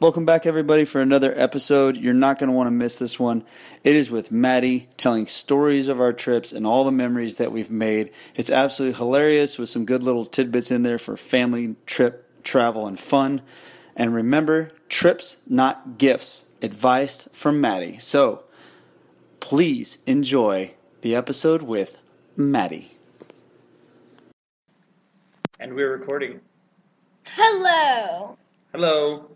Welcome back, everybody, for another episode. You're not going to want to miss this one. It is with Maddie telling stories of our trips and all the memories that we've made. It's absolutely hilarious with some good little tidbits in there for family, trip, travel, and fun. And remember trips, not gifts. Advice from Maddie. So please enjoy the episode with Maddie. And we're recording. Hello. Hello.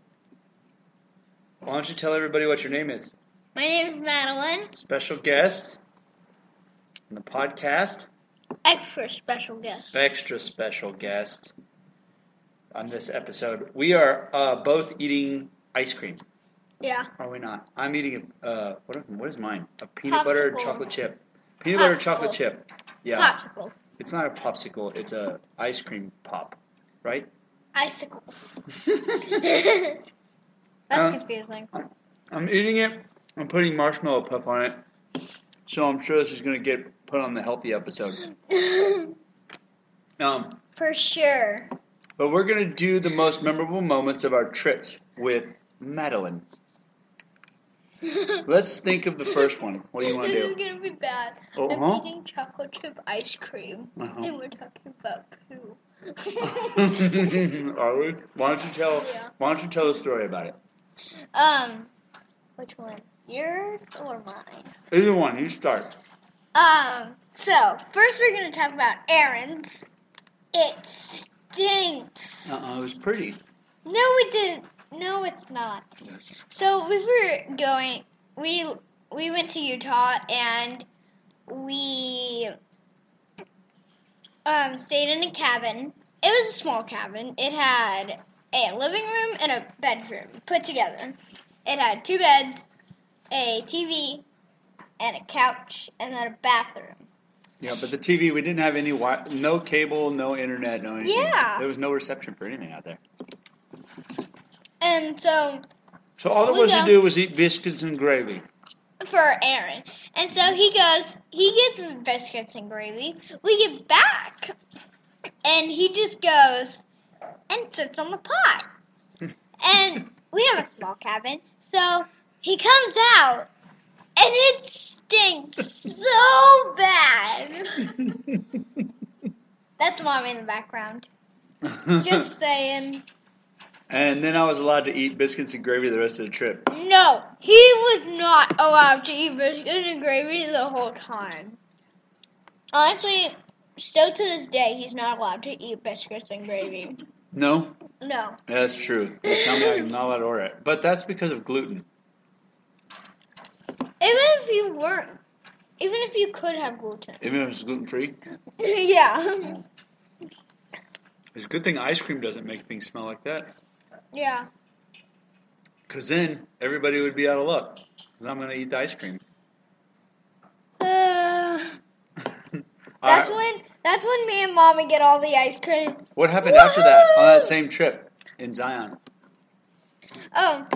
Why don't you tell everybody what your name is? My name is Madeline. Special guest on the podcast, Extra special guest. extra special guest on this episode. We are uh, both eating ice cream, Yeah. are we not? I'm eating a, uh, what, what is mine? A peanut butter and Popsicle. chocolate chip. Peanut butter and Popsicle. chocolate chip. Yeah. Popsicle. It's not a popsicle, it's a ice cream pop, right? Icicle. Uh, That's confusing. I'm eating it. I'm putting marshmallow puff on it. So I'm sure this is going to get put on the healthy episode. Um, For sure. but we're going to do the most memorable moments of our trips with Madeline. Let's think of the first one. What do you want to this is do? gonna be bad. Oh, I'm huh? eating chocolate chip ice cream, Uh-huh. and we're talking about poo. Are we? Why don't you tell? Yeah. Why don't you tell a story about it? um, which one? Yours or mine? Either one. You start. Um, so first we're gonna talk about errands. It stinks. Uh-uh, it was pretty. No, we didn't. No, it's not. Yes. So we were going. We we went to Utah and we um, stayed in a cabin. It was a small cabin. It had a living room and a bedroom put together. It had two beds, a TV, and a couch, and then a bathroom. Yeah, but the TV, we didn't have any, wi- no cable, no internet, no anything. Yeah. There was no reception for anything out there. And so So all there We was to go. do was eat biscuits and gravy. for Aaron. And so he goes, he gets biscuits and gravy. We get back, and he just goes and sits on the pot. and we have a small cabin, so he comes out, and it stinks so bad. That's mommy in the background. Just saying. and then I was allowed to eat biscuits and gravy the rest of the trip. No, he was not allowed to eat biscuits and gravy the whole time. Honestly, still to this day, he's not allowed to eat biscuits and gravy. No, No. Yeah, that's true. They tell me I'm not allowed to order it, but that's because of gluten. Even if you weren't, even if you could have gluten. Even if it's gluten free, yeah. it's a good thing ice cream doesn't make things smell like that, Yeah. because then everybody would be out of luck. And I'm gonna eat the ice cream. All Uh, right, that's when that's when me and mommy get all the ice cream. What happened after that on that Woohoo! same trip in Zion? Oh,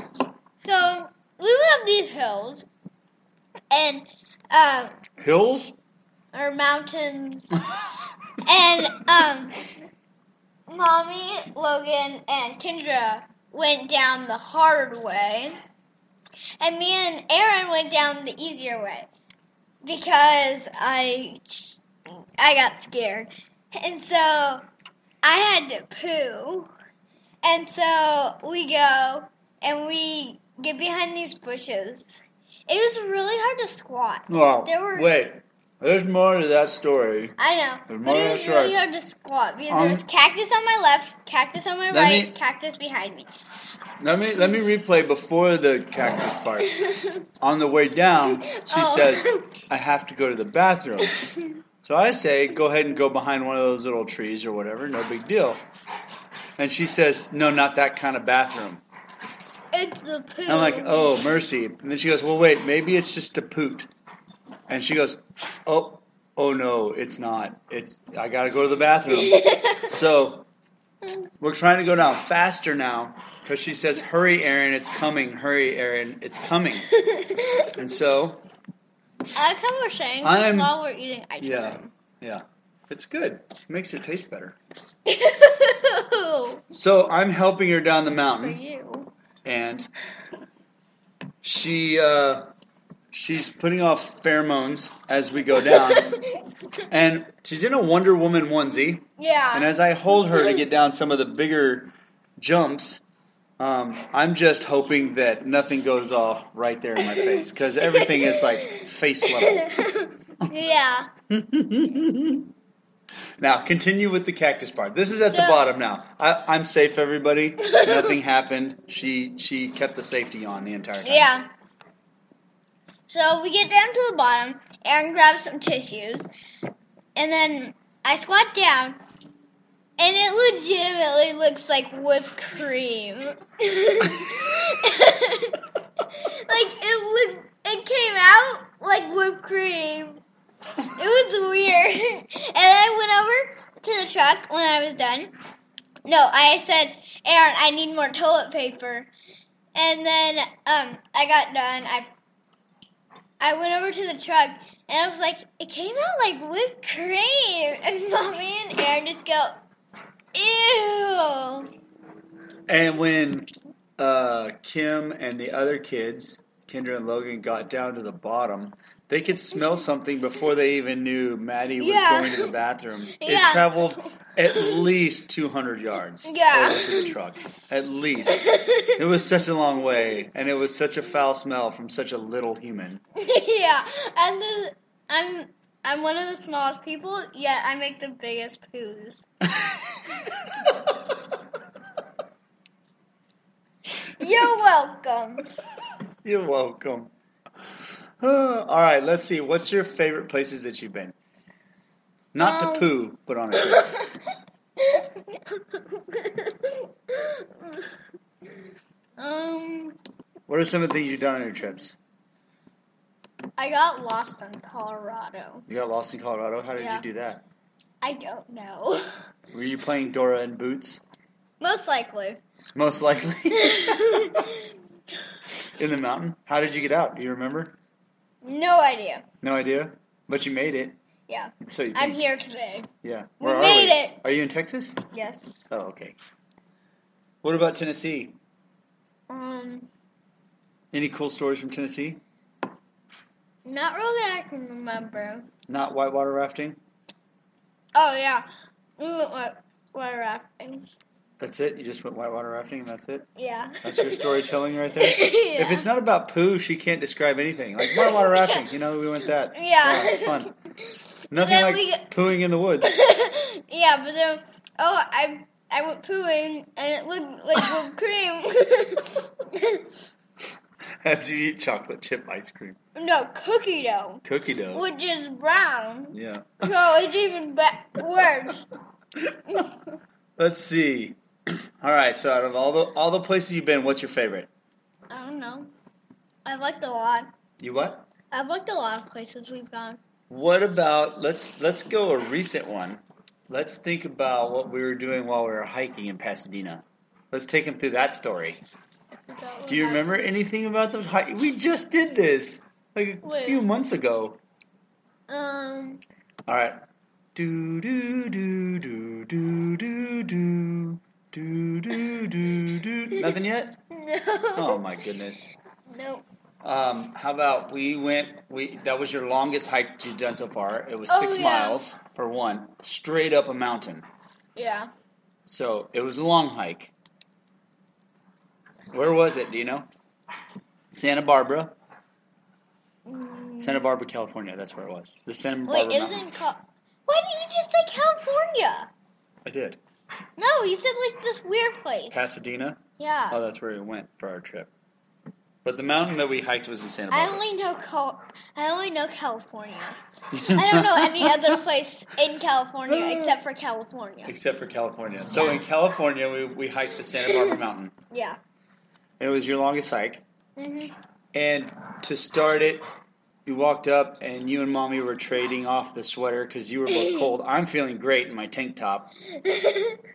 so we would have these hills, and um, Hills. or mountains. and um, mommy, Logan, and Kendra went down the hard way, and me and Aaron went down the easier way because I I got scared, and so I had to poo, and so we go and we get behind these bushes. It was really hard to squat. Wow. There were- Wait, there's more to that story. I know. There's But more it was really shark. hard to squat because Um, there was cactus on my left, cactus on my Let right, me- cactus behind me. Let me let me replay before the cactus part. On the way down, she Oh. says, "I have to go to the bathroom." So I say, "Go ahead and go behind one of those little trees or whatever, no big deal." And she says, "No, not that kind of bathroom." It's the poo. And I'm like, "Oh, mercy." And then she goes, "Well, wait, maybe it's just a poot." And she goes, "Oh, oh no, it's not. It's I got to go to the bathroom." So we're trying to go down faster now because she says, "Hurry, Aaron! It's coming! Hurry, Aaron! It's coming!" And so, I kind of was saying this I'm- while we're eating ice yeah, yeah, it's good. Makes it taste better. cream. So I'm helping her down the For mountain, you. and she uh, she's putting off pheromones as we go down, and she's in a Wonder Woman onesie. yeah. And as I hold her to get down some of the bigger jumps, um, I'm just hoping that nothing goes off right there in my face because everything is like face level. yeah. Now continue with the cactus part. This is at the So- bottom now. I, I'm safe, everybody. Nothing happened. She she kept the safety on the entire time. Yeah. So we get down to the bottom. Aaron grabs some tissues, and then I squat down, and it legitimately looks like whipped cream. like it was, it came out like whipped cream. It was weird. and I went over to the truck when I was done. No, I said, Aaron, I need more toilet paper. And then um, I got done. I I went over to the truck and I was like, it came out like whipped cream. And mommy and Aaron just go, ew. And when uh, Kim and the other kids, Kendra and Logan, got down to the bottom, they could smell something before they even knew Maddie was Yeah. going to the bathroom. It Yeah. traveled at least 200 yards Yeah. over to the truck. At least. It was such a long way, and it was such a foul smell from such a little human. yeah, and the, I'm I'm one of the smallest people, yet I make the biggest poos. You're welcome. You're welcome. All right, let's see. What's your favorite places that you've been? Not Um, to poo, but on a trip. um, What are some of the things you've done on your trips? I got lost in Colorado. You got lost in Colorado. How did Yeah. you do that? I don't know. Were you playing Dora in Boots? Most likely. Most likely no in the mountain. How did you get out? Do you remember? idea. No idea. But you made it. Yeah. So you I'm think, here today. yeah. We Where are made we? it. Are you in Texas? Yes. Oh, okay. What about Tennessee? Um, Any cool stories from Tennessee? not really I can remember. Not whitewater rafting. Oh, yeah. Mm, We went wa- water rafting. That's it. You just went whitewater rafting, and that's it. Yeah. That's your storytelling right there. If it's not about poo, she can't describe anything. Like whitewater rafting, you know, we went that. Yeah. it's fun. Nothing Then like we- pooing in the woods. yeah, but then oh, I I went pooing and it looked like whipped cream. As you eat chocolate chip ice cream, no, cookie dough, cookie dough. which is brown. Yeah. So it's even be- worse. Let's see. All right. So out of all the all the places you've been, what's your favorite? I don't know. I've liked a lot. You what? I've liked a lot of places we've gone. What about let's let's go a recent one. Let's think about what we were doing while we were hiking in Pasadena. Let's take them through that story. Do you remember anything about those hike? We just did this like a Wait. few months ago. Um. All right. Do do do do do do do do do do do. Nothing yet. No. Oh my goodness. No. Um, how about we went? We that was your longest hike that you've done so far. It was Oh, six yeah. miles for one, straight up a mountain. Yeah. So it was a long hike. Where was it? Do you know? Santa Barbara, Mm. Santa Barbara, California. That's where it was. The Santa Barbara Wait, it was Mountains. in Cal. Why did you just say California? I did. No, you said like this weird place. Pasadena. Yeah. Oh, that's where we went for our trip. But the mountain that we hiked was in Santa I Barbara. only know Cal- I only know California. I don't know any other place in California except for California. Except for California. So in California, we, we hiked the Santa Barbara Mountain. Yeah. And it was your longest hike. Mhm. And to start it, you walked up and you and mommy were trading off the sweater because you were both cold. I'm feeling great in my tank top.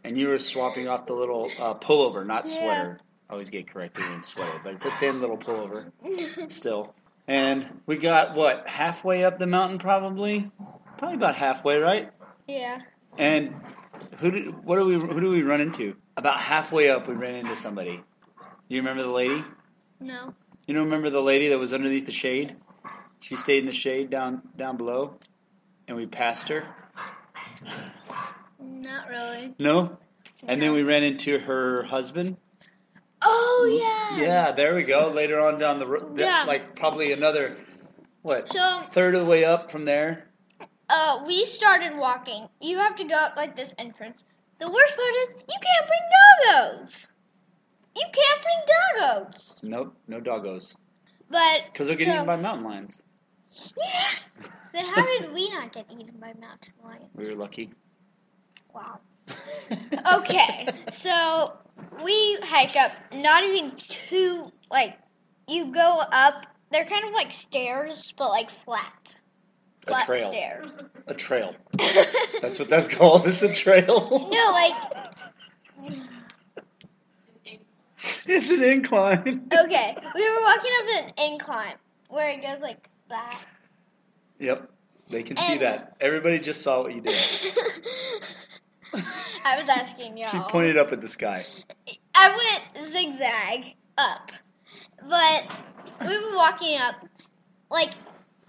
And you were swapping off the little uh, pullover, not Yeah. sweater. I always get corrected in sweater, but it's a thin little pullover still. And we got what, halfway up the mountain probably? Probably about halfway, right? yeah. And who did what do we who do we run into? About halfway up, we ran into somebody. You remember the lady? No. You don't remember the lady that was underneath the shade? She stayed in the shade down down below, and we passed her. Not really. No, and then No. we ran into her husband. Oh yeah. Yeah, there we go. Later on down the road, Yeah. like probably another what So third of the way up from there. uh, we started walking. You have to go up like this entrance. The worst part is you can't bring doggos. You can't bring doggos. Nope, no doggos But because they're getting so- eaten by mountain lions. Yeah. Then how did we not get eaten by mountain lions? We were lucky. wow. Okay, so we hike up. Not even two. Like you go up. They're kind of like stairs, but like flat. a Flat trail. stairs. A trail. That's what that's called. It's a trail. No, like It's an incline. okay. We were walking up an incline where it goes like that. Yep. They can see And- that. Everybody just saw what you did. I was asking y'all. She pointed up at the sky. I went zigzag up, but we were walking up like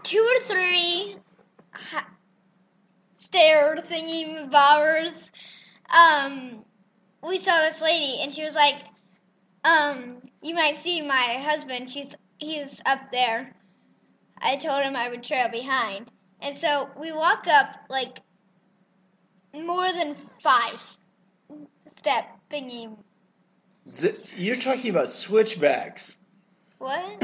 two or three ha- stair thingy bobbers. Um, we saw this lady, and she was like, "Um, you might see my husband. She's he's up there." I told him I would trail behind, and so we walk up like more than five s- step thingy Z- You're talking about switchbacks. What?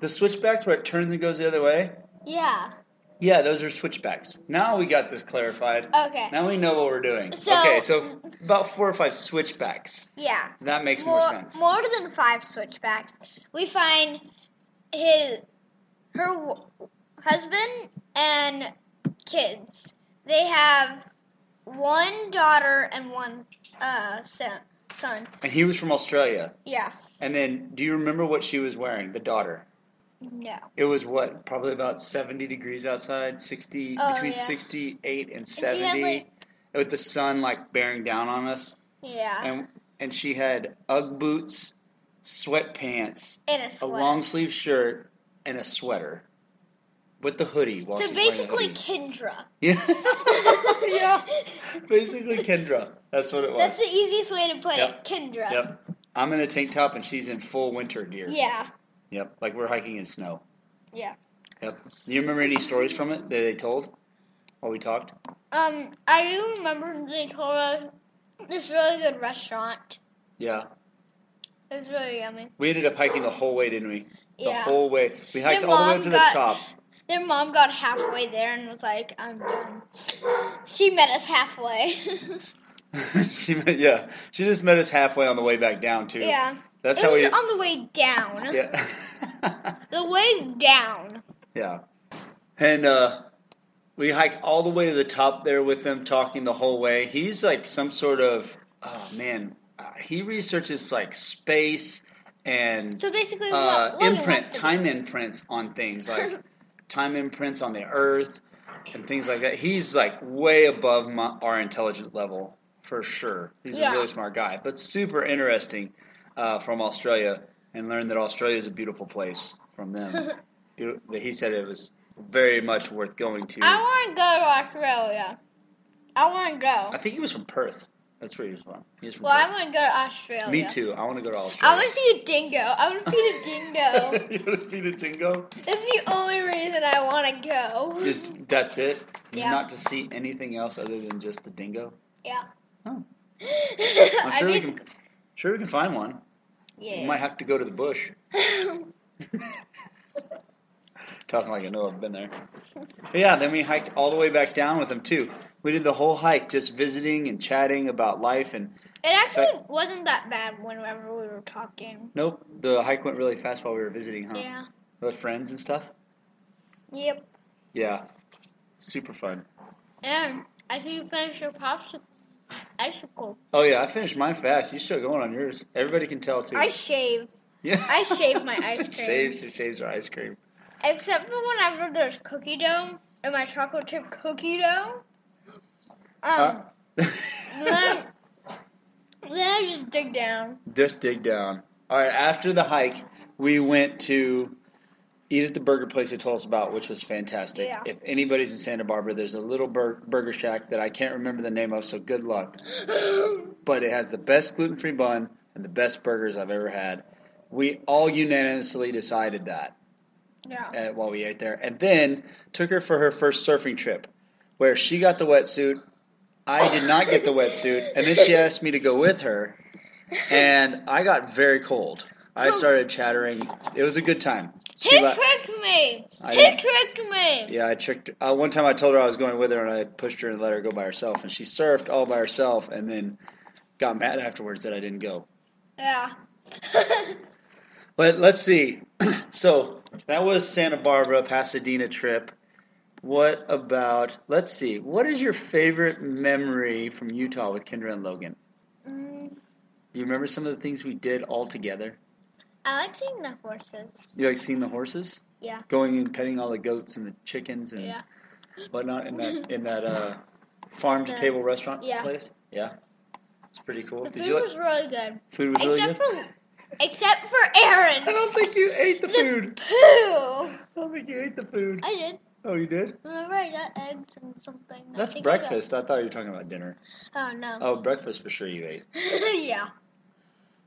The switchbacks where it turns and goes the other way? yeah. Yeah, those are switchbacks. Now we got this clarified. Okay. Now we know what we're doing. So- okay, so f- about four or five switchbacks. Yeah. That makes more, More, sense. more than five switchbacks. We find his, her w- husband and kids. They have one daughter and one uh son. son. And he was from Australia. Yeah. And then, do you remember what she was wearing? The daughter. No. It was what? Probably about 70 degrees outside, 60, Oh, between yeah. 68 and she had, 70, like- with the sun like bearing down on us. Yeah. And and she had Ugg boots, sweatpants, In a a sweater. long sleeve shirt, and a sweater with the hoodie. While so she's wearing the basically, hoodie. Kendra. yeah. yeah, basically Kendra. That's what it was. That's the easiest way to put Yep. it. Kendra. yep. I'm in a tank top and she's in full winter gear. Yeah. Yep. Like we're hiking in snow. Yeah. Yep. Do you remember any stories from it that they told while we talked? Um, I do remember they told us this really good restaurant. Yeah. It was really yummy. We ended up hiking the whole way, didn't we? The Yeah. whole way. We hiked Your all the way mom up to got- the top. Their mom got halfway there and was like, I'm done. She met us halfway. she met, yeah, she just met us halfway on the way back down too. yeah. that's it how was we. on the way down. yeah, The way down. yeah, and uh, we hike all the way to the top there with them, talking the whole way. He's like some sort of oh man, uh, he researches like space and So basically, uh, what Logan imprint wants to time imprints on things like time imprints on the Earth and things like that. He's like way above my, our intelligent level for sure. He's Yeah. a really smart guy, but super interesting uh, from Australia and learned that Australia is a beautiful place from them. You- that he said it was very much worth going to. do. I want to go to Australia. I want to I go. think he was from Perth. That's where he was from. He was from Well, I Perth. want to go to Australia. Me too. I want to go to I Australia. want to see a dingo. I want to feed a dingo. you want to feed a dingo? That's the only reason I want to go. Just that's it. Yeah. Not to see anything else other than just a dingo. yeah. Oh. I'm i sure we basi- can. Sure, we can find one. We Yeah. might have to go to the bush. Talking like I know I've been there. But yeah, then we hiked all the way back down with them too. We did the whole hike, just visiting and chatting about life. And it actually wasn't that bad whenever we were talking. nope, the hike went really fast while we were visiting, huh? Yeah. With friends and stuff. Yep. Yeah, super fun. And I think you finished your popsicle. Icicle. Oh yeah, I finished mine fast. You still going on yours? Everybody can tell too. I shave, yeah, I shaved my ice cream. Saves, she saves her ice cream. except for whenever there's cookie dough and my chocolate chip cookie dough. Um, Huh? then, then I just dig down. Just dig down. All right, after the hike, we went to eat at the burger place they told us about, which was fantastic. Yeah. If anybody's in Santa Barbara, there's a little bur- burger shack that I can't remember the name of, so good luck. but it has the best gluten free bun and the best burgers I've ever had. We all unanimously decided that Yeah. uh, while we ate there, and then took her for her first surfing trip, where she got the wetsuit. I did not get the wetsuit, and then she asked me to go with her, and I got very cold. I started chattering. It was a good time. She He la- tricked me. I he didn't- tricked me. yeah, I tricked. Uh, one time, I told her I was going with her, and I pushed her and let her go by herself, and she surfed all by herself, and then got mad afterwards that I didn't go. Yeah. But let's see. so that was Santa Barbara, Pasadena trip. What about, let's see, what is your favorite memory from Utah with Kendra and Logan? Mm, You remember some of the things we did all together? I like seeing the horses. You like seeing the horses? Yeah. Going and petting all the goats and the chickens and Yeah. whatnot in that in that uh, farm to table restaurant Yeah. place? Yeah. It's pretty cool. The Did food you was like really good. food was really good? except for except for Aaron. I don't think you ate the The food. poo. I don't think you ate the food. I did. Oh you did? Remember, I got eggs and something. I That's think I got- breakfast. I thought you were talking about dinner. Oh no. Oh, breakfast for sure you ate. yeah.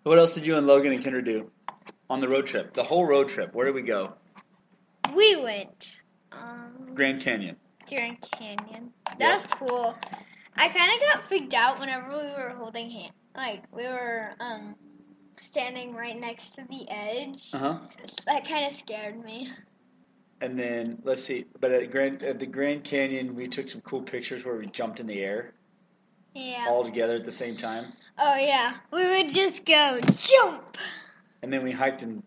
What else did you and Logan and Kendra do on the road trip? The whole road trip. Where did we go? We went. Um, Grand Canyon. Grand Canyon. That was cool. I kind of got freaked out whenever we were holding hand. Like we were um standing right next to the edge. Uh huh. That kind of scared me. And then let's see. But at Grand at the Grand Canyon, we took some cool pictures where we jumped in the air Yeah. all together at the same time. oh yeah. We would just go jump. And then we hiked and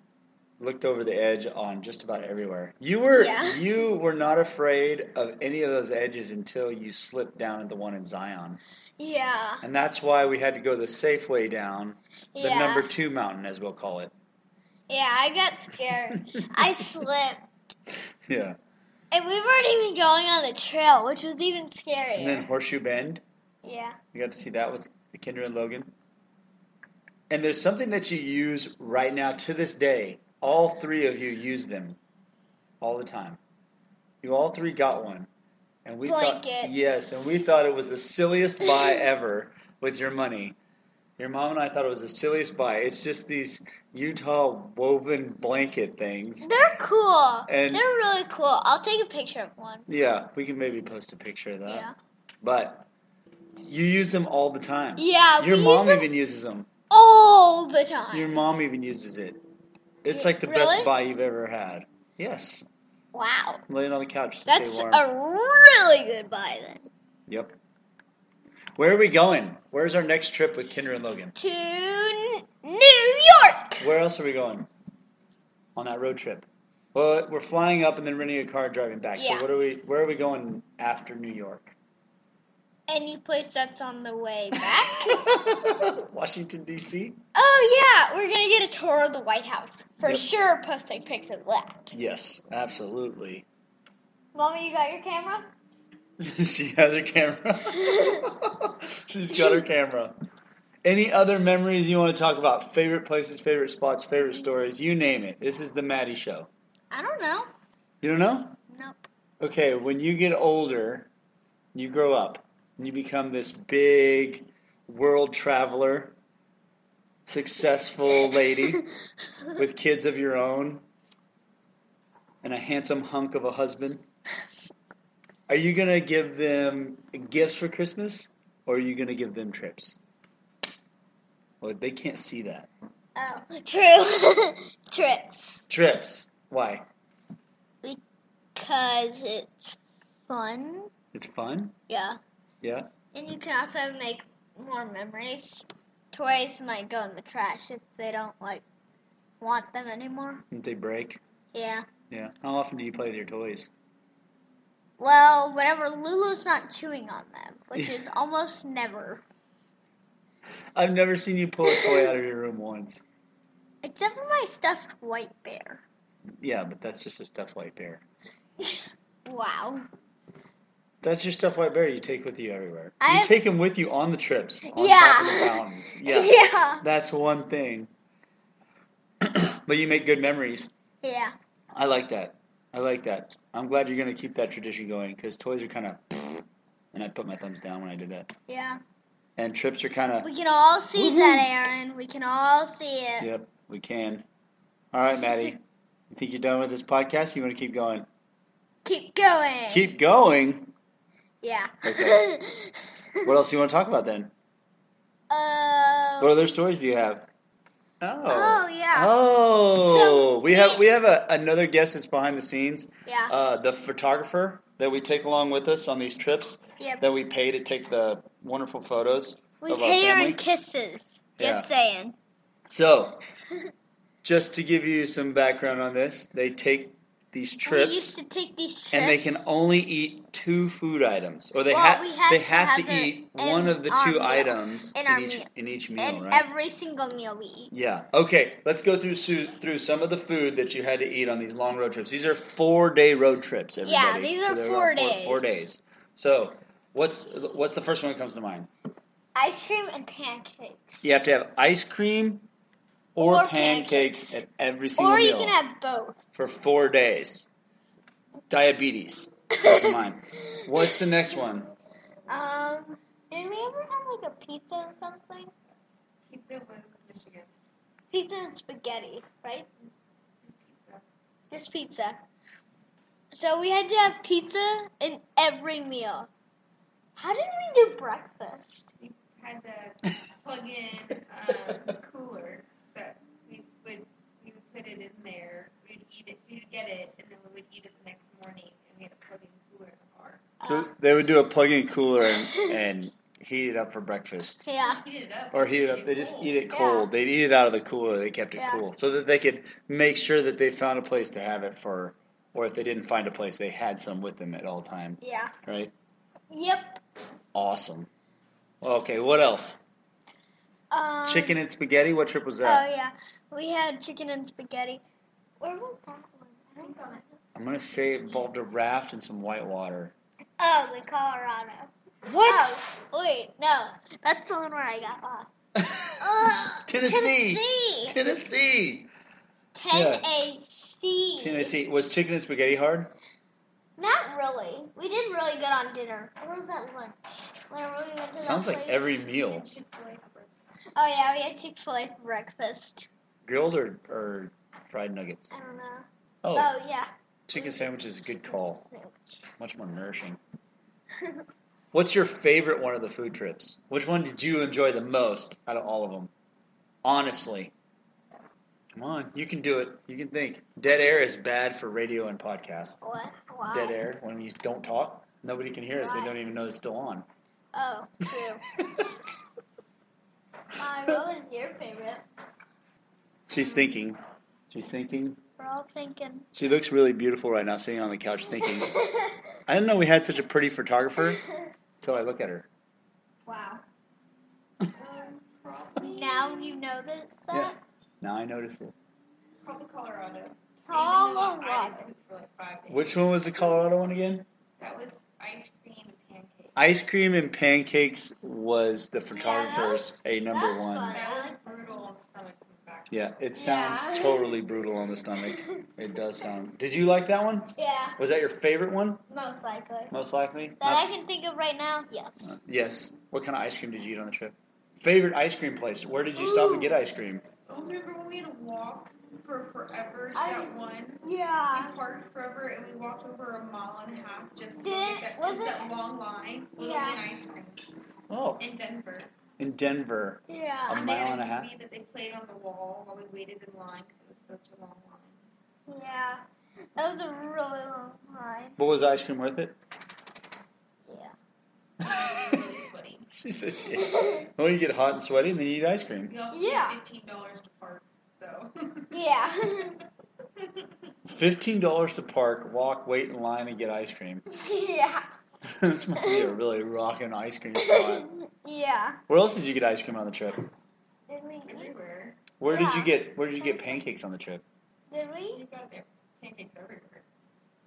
looked over the edge on just about everywhere. You were Yeah. you were not afraid of any of those edges until you slipped down at the one in Zion. Yeah. And that's why we had to go the safe way down, the yeah. number 2 mountain as we'll call it. yeah. I got scared. I slipped. Yeah. And we weren't even going on the trail, which was even scarier. And then Horseshoe Bend. yeah. We got to see that with Kendra and Logan. And there's something that you use right now to this day. All three of you use them all the time. You all three got one. And we thought Blankets. Yes, and we thought it was the silliest buy ever with your money. Your mom and I thought it was the silliest buy. It's just these Utah woven blanket things. They're cool. And- They're really cool. I'll take a picture of one. Yeah, we can maybe post a picture of that. Yeah. But you use them all the time. Yeah. Your we mom use them even uses them. all the time. Your mom even uses it. It's Yeah, like the really? best buy you've ever had. Yes. wow. I'm laying on the couch to That's stay warm. a really good buy then. Yep. Where are we going? Where's our next trip with Kendra and Logan? To N- New York. Where else are we going on that road trip? Well, we're flying up and then renting a car and driving back. Yeah. So what are we? Where are we going after New York? Any place that's on the way back. Washington D.C. oh yeah, we're gonna get a tour of the White House for Yep. sure. Posting pictures of that. Yes, absolutely. Mommy, you got your camera? she has her camera. She's got her camera. Any other memories you want to talk about? Favorite places, favorite spots, favorite stories, you name it. This is the Maddie Show. I don't know. You don't know? Nope. Okay, when you get older, you grow up, and you become this big world traveler, successful lady with kids of your own, and a handsome hunk of a husband. Are you going to give them gifts for Christmas, or are you going to give them trips? Well, they can't see that. Oh, true. Trips. Trips. Why? Because it's fun. It's fun. Yeah. Yeah. And you can also make more memories. Toys might go in the trash if they don't, like, want them anymore. Didn't they break? Yeah. Yeah. How often do you play with your toys? Well, whenever Lulu's not chewing on them, which is almost never. I've never seen you pull a toy out of your room once. Except for my stuffed white bear. Yeah, but that's just a stuffed white bear. Wow. That's your stuffed white bear you take with you everywhere. I- You take them with you on the trips. On Yeah. Top of the mountains. Yeah. Yeah. That's one thing. But you make good memories. Yeah. I like that. I like that. I'm glad you're going to keep that tradition going because toys are kind of. And I put my thumbs down when I did that. Yeah. And trips are kind of. We can all see that, Aaron. We can all see it. Yep, we can. All right, Maddie. You think you're done with this podcast? You want to keep going? Keep going. Keep going. Yeah. Okay. What else do you want to talk about then? Uh, What other stories do you have? oh yeah. Oh, So we have we have a, another guest that's behind the scenes. Yeah. Uh, the photographer that we take along with us on these trips Yep. that we pay to take the wonderful photos we of our pay her family. in kisses. Just Yeah. saying. so, just to give you some background on this, they take these We used trips to take these trips. and they can only eat two food items, or they Well, have we had they to have, have to the- eat in one of the our two meals. items In our each meal. in each meal, and right? every single meal we eat. Yeah. Okay. Let's go through su- through some of the food that you had to eat on these long road trips. These are four day road trips. Everybody. these So are they're four on Four days. days. So what's what's the first one that comes to mind? Ice cream and pancakes. You have to have ice cream or, Or pancakes. pancakes. at every single Or you meal can have both. for four days. Diabetes comes to mind. What's the next one? Um, did we ever have like a pizza or something? Pizza was Michigan. Pizza and spaghetti, right? Just pizza. Just pizza. So we had to have pizza in every meal. How did we do breakfast? Had the plug-in um, cooler that we would we would put it in there. We'd eat it. We'd get it, and then we would eat it the next morning. And we had a plug-in cooler in the car. Uh, So they would do a plug-in cooler and, and heat it up for breakfast. Yeah. Heat it up. Or heat it up. They just eat it Yeah. cold. They'd eat it out of the cooler. They kept it Yeah. cool so that they could make sure that they found a place to have it for, or if they didn't find a place, they had some with them at all time. Yeah. Right? Yep. Awesome. Okay, what else? Um, Chicken and spaghetti. What trip was Oh that? yeah, we had chicken and spaghetti. Where was that one? I don't know. I'm gonna say it involved a raft and some white water. Oh, the Colorado. What? Oh, wait, no, that's the one where I got lost. Oh, Tennessee. Tennessee. Tennessee. yeah. Tennessee. Tennessee. Was chicken and spaghetti hard? Not really. We did really good on dinner. Where was that lunch? Whenever we went to that Sounds like place. every meal. Oh yeah, we had Chick Fil A for breakfast. Grilled or, or fried nuggets? I don't know. Oh, Oh yeah. chicken sandwich is a good call. Much more nourishing. Sandwich. What's your favorite one of the food trips? Which one did you enjoy the most out of all of them? Honestly. Come on, you can do it. You can think. Dead air is bad for radio and podcast. what? Wow. Dead air, when you don't talk, nobody can hear us. They don't even know it's still on. Oh, true. Uh, what was your favorite? She's thinking. She's thinking. We're all thinking. She looks really beautiful right now, sitting on the couch thinking. I didn't know we had such a pretty photographer until I look at her. Wow. Um, probably now you know this Yeah. stuff. Now I notice it. Probably Colorado. Colorado. Which one was the Colorado one again? That was ice cream and pancakes. Ice cream and pancakes was the Yeah, photographer's that's- a number that's one. fun. That was brutal on the stomach coming back. Yeah, it sounds Yeah. totally brutal on the stomach. It does sound. Did you like that one? Yeah, Was that your favorite one? most likely. Most likely. That I Not- Uh, can think of right now, yes. yes. What kind of ice cream did you eat on the trip? Favorite ice cream place? Where did you stop and Ooh. get ice cream? Oh, remember when we had to walk for forever to I- that one? We Yeah. parked forever and we walked over a mile and a half just to Did get it- that, was that long line. with Yeah. only ice cream Oh, in Denver. in Denver. Yeah. and they mile had and a half? movie that they played on the wall while we waited in line because it was such a long line. Yeah. That was a really long line. But was the ice cream worth it? Yeah. It was really sweaty. she says, yeah. Well, you get hot and sweaty and then you eat ice cream. We also Yeah. paid fifteen dollars to park, so Yeah. $15 to park, walk, wait in line, and get ice cream. yeah. this must be a really rocking ice cream spot. yeah. Where else did you get ice cream on the trip? Did we eat? everywhere. Where did you Yeah. get where did you get pancakes on the trip? Did You we? got their pancakes everywhere.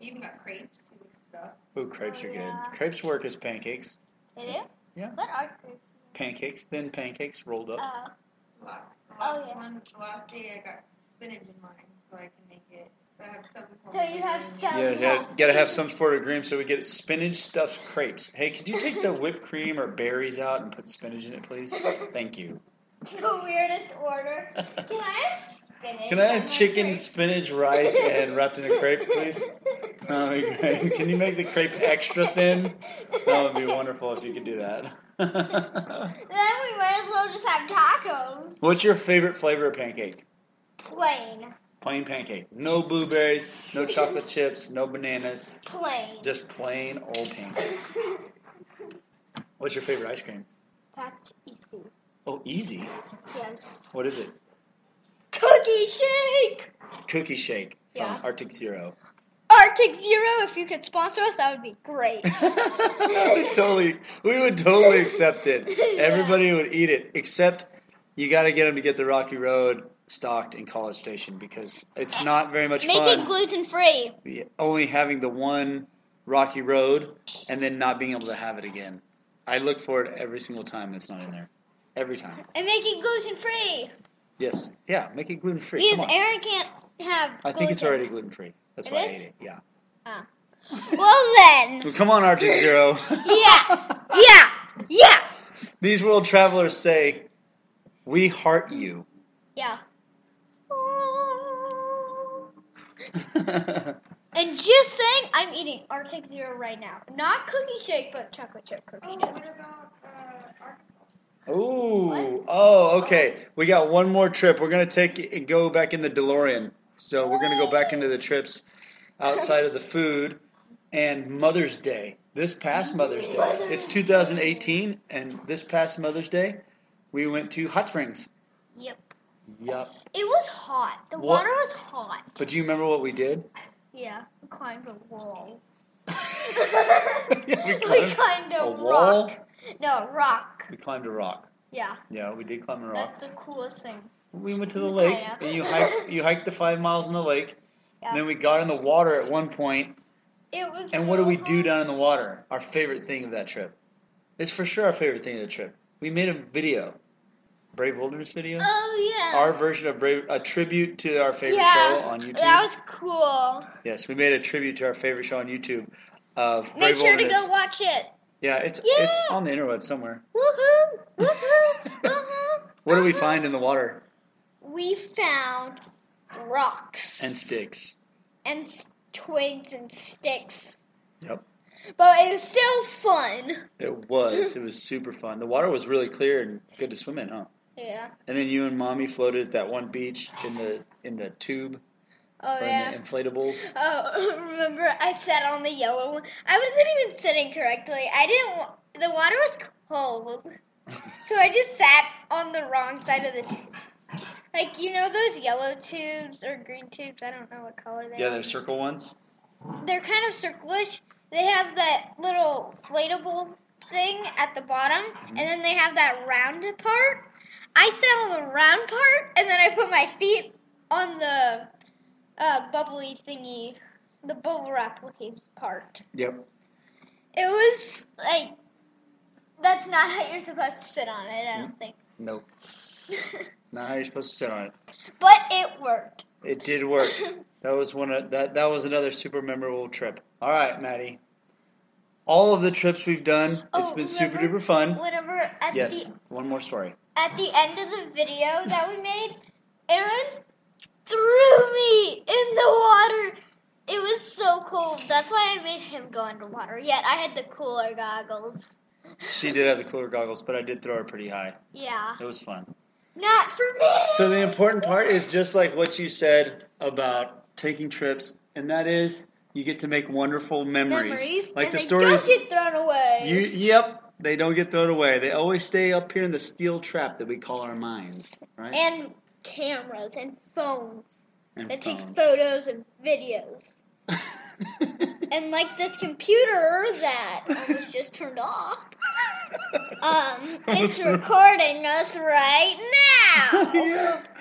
You even got crepes. We mixed it up. Ooh, crepes Oh, are yeah. good. Crepes work as pancakes. Did it? Yeah. What are crepes? Pancakes, thin pancakes rolled up. Oh. Last time. last Oh, yeah. one, the last day I got spinach in mine, so I can make it. So I have some. form So of you have ingredient. some- Yeah, yeah, Yeah. gotta have some sort of cream. So we get spinach stuffed crepes. Hey, could you take the whipped cream or berries out and put spinach in it, please? Thank you. The weirdest order. Can Can I have spinach? I on have my chicken, plate? spinach, rice, and wrapped in a crepe, please? That would be great. Um, Can you make the crepe extra thin? That would be wonderful if you could do that. Then we might as well just have tacos. What's your favorite flavor of pancake? Plain. Plain pancake. No blueberries, no chocolate chips, no bananas, Plain. just plain old pancakes. What's your favorite ice cream? That's easy. Oh, easy. Yes. What is it? Cookie shake! Cookie shake from Yeah. Arctic Zero. Arctic Zero, if you could sponsor us, that would be great. totally, we would totally accept it. Yeah. Everybody would eat it, except you got to get them to get the Rocky Road stocked in College Station because it's not very much Make fun. it gluten free. only having the one Rocky Road and then not being able to have it again. I look for it every single time it's not in there. Every time. And make it gluten free. Yes. Yeah. Make it gluten free. Because Come on. Aaron can't have I think it's gluten. already gluten free. That's It why I ate is? it. Yeah. Well then. Well, come on, Arctic Zero. Yeah. Yeah. Yeah. These world travelers say, "We heart you." Yeah. Chocolate And just saying, I'm eating Arctic Zero right now. Not cookie shake, but chocolate chip Oh, cookie. dough. what about uh, Arkansas? Ooh. Oh, okay. We got one more trip. We're gonna take go back in the DeLorean. So we're gonna go back into the trips outside of the food and Mother's Day. This past Mother's Day. It's 2018, and this past Mother's Day, we went to Hot Springs. Yep. Yup. It was hot. The What- water was hot. But do you remember what we did? Yeah. We climbed a wall. we we climbed climbed a, a rock. wall. No, rock. We climbed a rock. Yeah. Yeah, we did climb a rock. That's the coolest thing. We went to the lake, Kinda. and you hiked. You hiked the five miles in the lake. Yeah. And then we got in the water at one point, It was. and what do so we do hot. down in the water? Our favorite thing of that trip. It's for sure our favorite thing of the trip. We made a video, Brave Wilderness video. Oh yeah. Our version of Brave, a tribute to our favorite yeah. show on YouTube. That was cool. yes, we made a tribute to our favorite show on YouTube. Of Make Brave sure to Wilderness. go watch it. Yeah, it's Yeah. it's on the interweb somewhere. Woohoo! Woohoo! Uh-huh. What do we uh-huh. find in the water? We found rocks And sticks. and s- twigs and sticks, Yep. but it was still fun. It was. It was super fun. The water was really clear and good to swim in, huh? Yeah. And then you and mommy floated at that one beach in the in the tube Oh or in yeah. the inflatables. Oh, remember I sat on the yellow one. I wasn't even sitting correctly. I didn't. wa- The water was cold, so I just sat on the wrong side of the. T- like you know those yellow tubes or green tubes. I don't know what color they Yeah, are. they're circle ones. they're kind of circlish. They have that little inflatable thing at the bottom, and then they have that round part. I sat on the round part, and then I put my feet on the uh, bubbly thingy, the bubble wrap looking part. Yep. It was like that's not how you're supposed to sit on it. I don't think, Nope. Not how you're supposed to sit on it. but it worked. It did work. That was one of that that was another super memorable trip. All right, Maddie. All of the trips we've done, it's Oh, been super remember? duper fun. Whenever at Yes. the One more story. at the end of the video that we made, Aaron threw me in the water. It was so cold. That's why I made him go underwater. Yet I had the cooler goggles. She did have the cooler goggles, but I did throw her pretty high. Yeah. It was fun. Not for me. So the important part is just like what you said about taking trips, and that is you get to make wonderful memories. Like and the they stories don't get thrown away. you yep, they don't get thrown away. They always stay up here in the steel trap that we call our minds, right? and cameras and phones And that take phones. photos and videos. And like this computer that was just turned off. Um, it's That's right. recording us right now.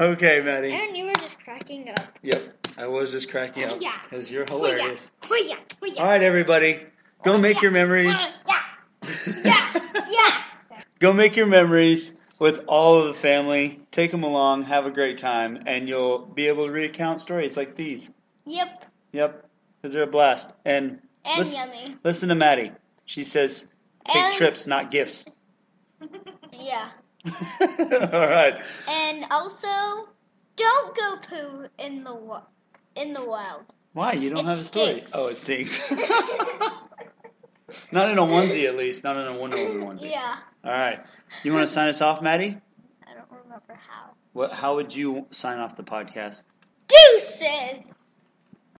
Yeah. Okay, Maddie. Aaron, you were just cracking up. Yep. I was just cracking up Yeah. because you're Oh yeah, hilarious. oh yeah, oh yeah. Oh, All right, everybody. Go make your memories. Yeah, yeah, yeah. Go make your memories. with all of the family. Take them along, have a great time, and you'll be able to recount stories like these. Yep. Yep, because they're a blast. And, And listen, yummy. listen to Maddie. She says, take And- trips, not gifts. Yeah. all right. And also, don't go poo in the wa- in the wild. Why? You don't It have a story. stinks. Oh, it stinks. not in a onesie, at least. Not in a one over onesie. Yeah. All right. You want to sign us off, Maddie? I don't remember how. What, how would you sign off the podcast? Deuces.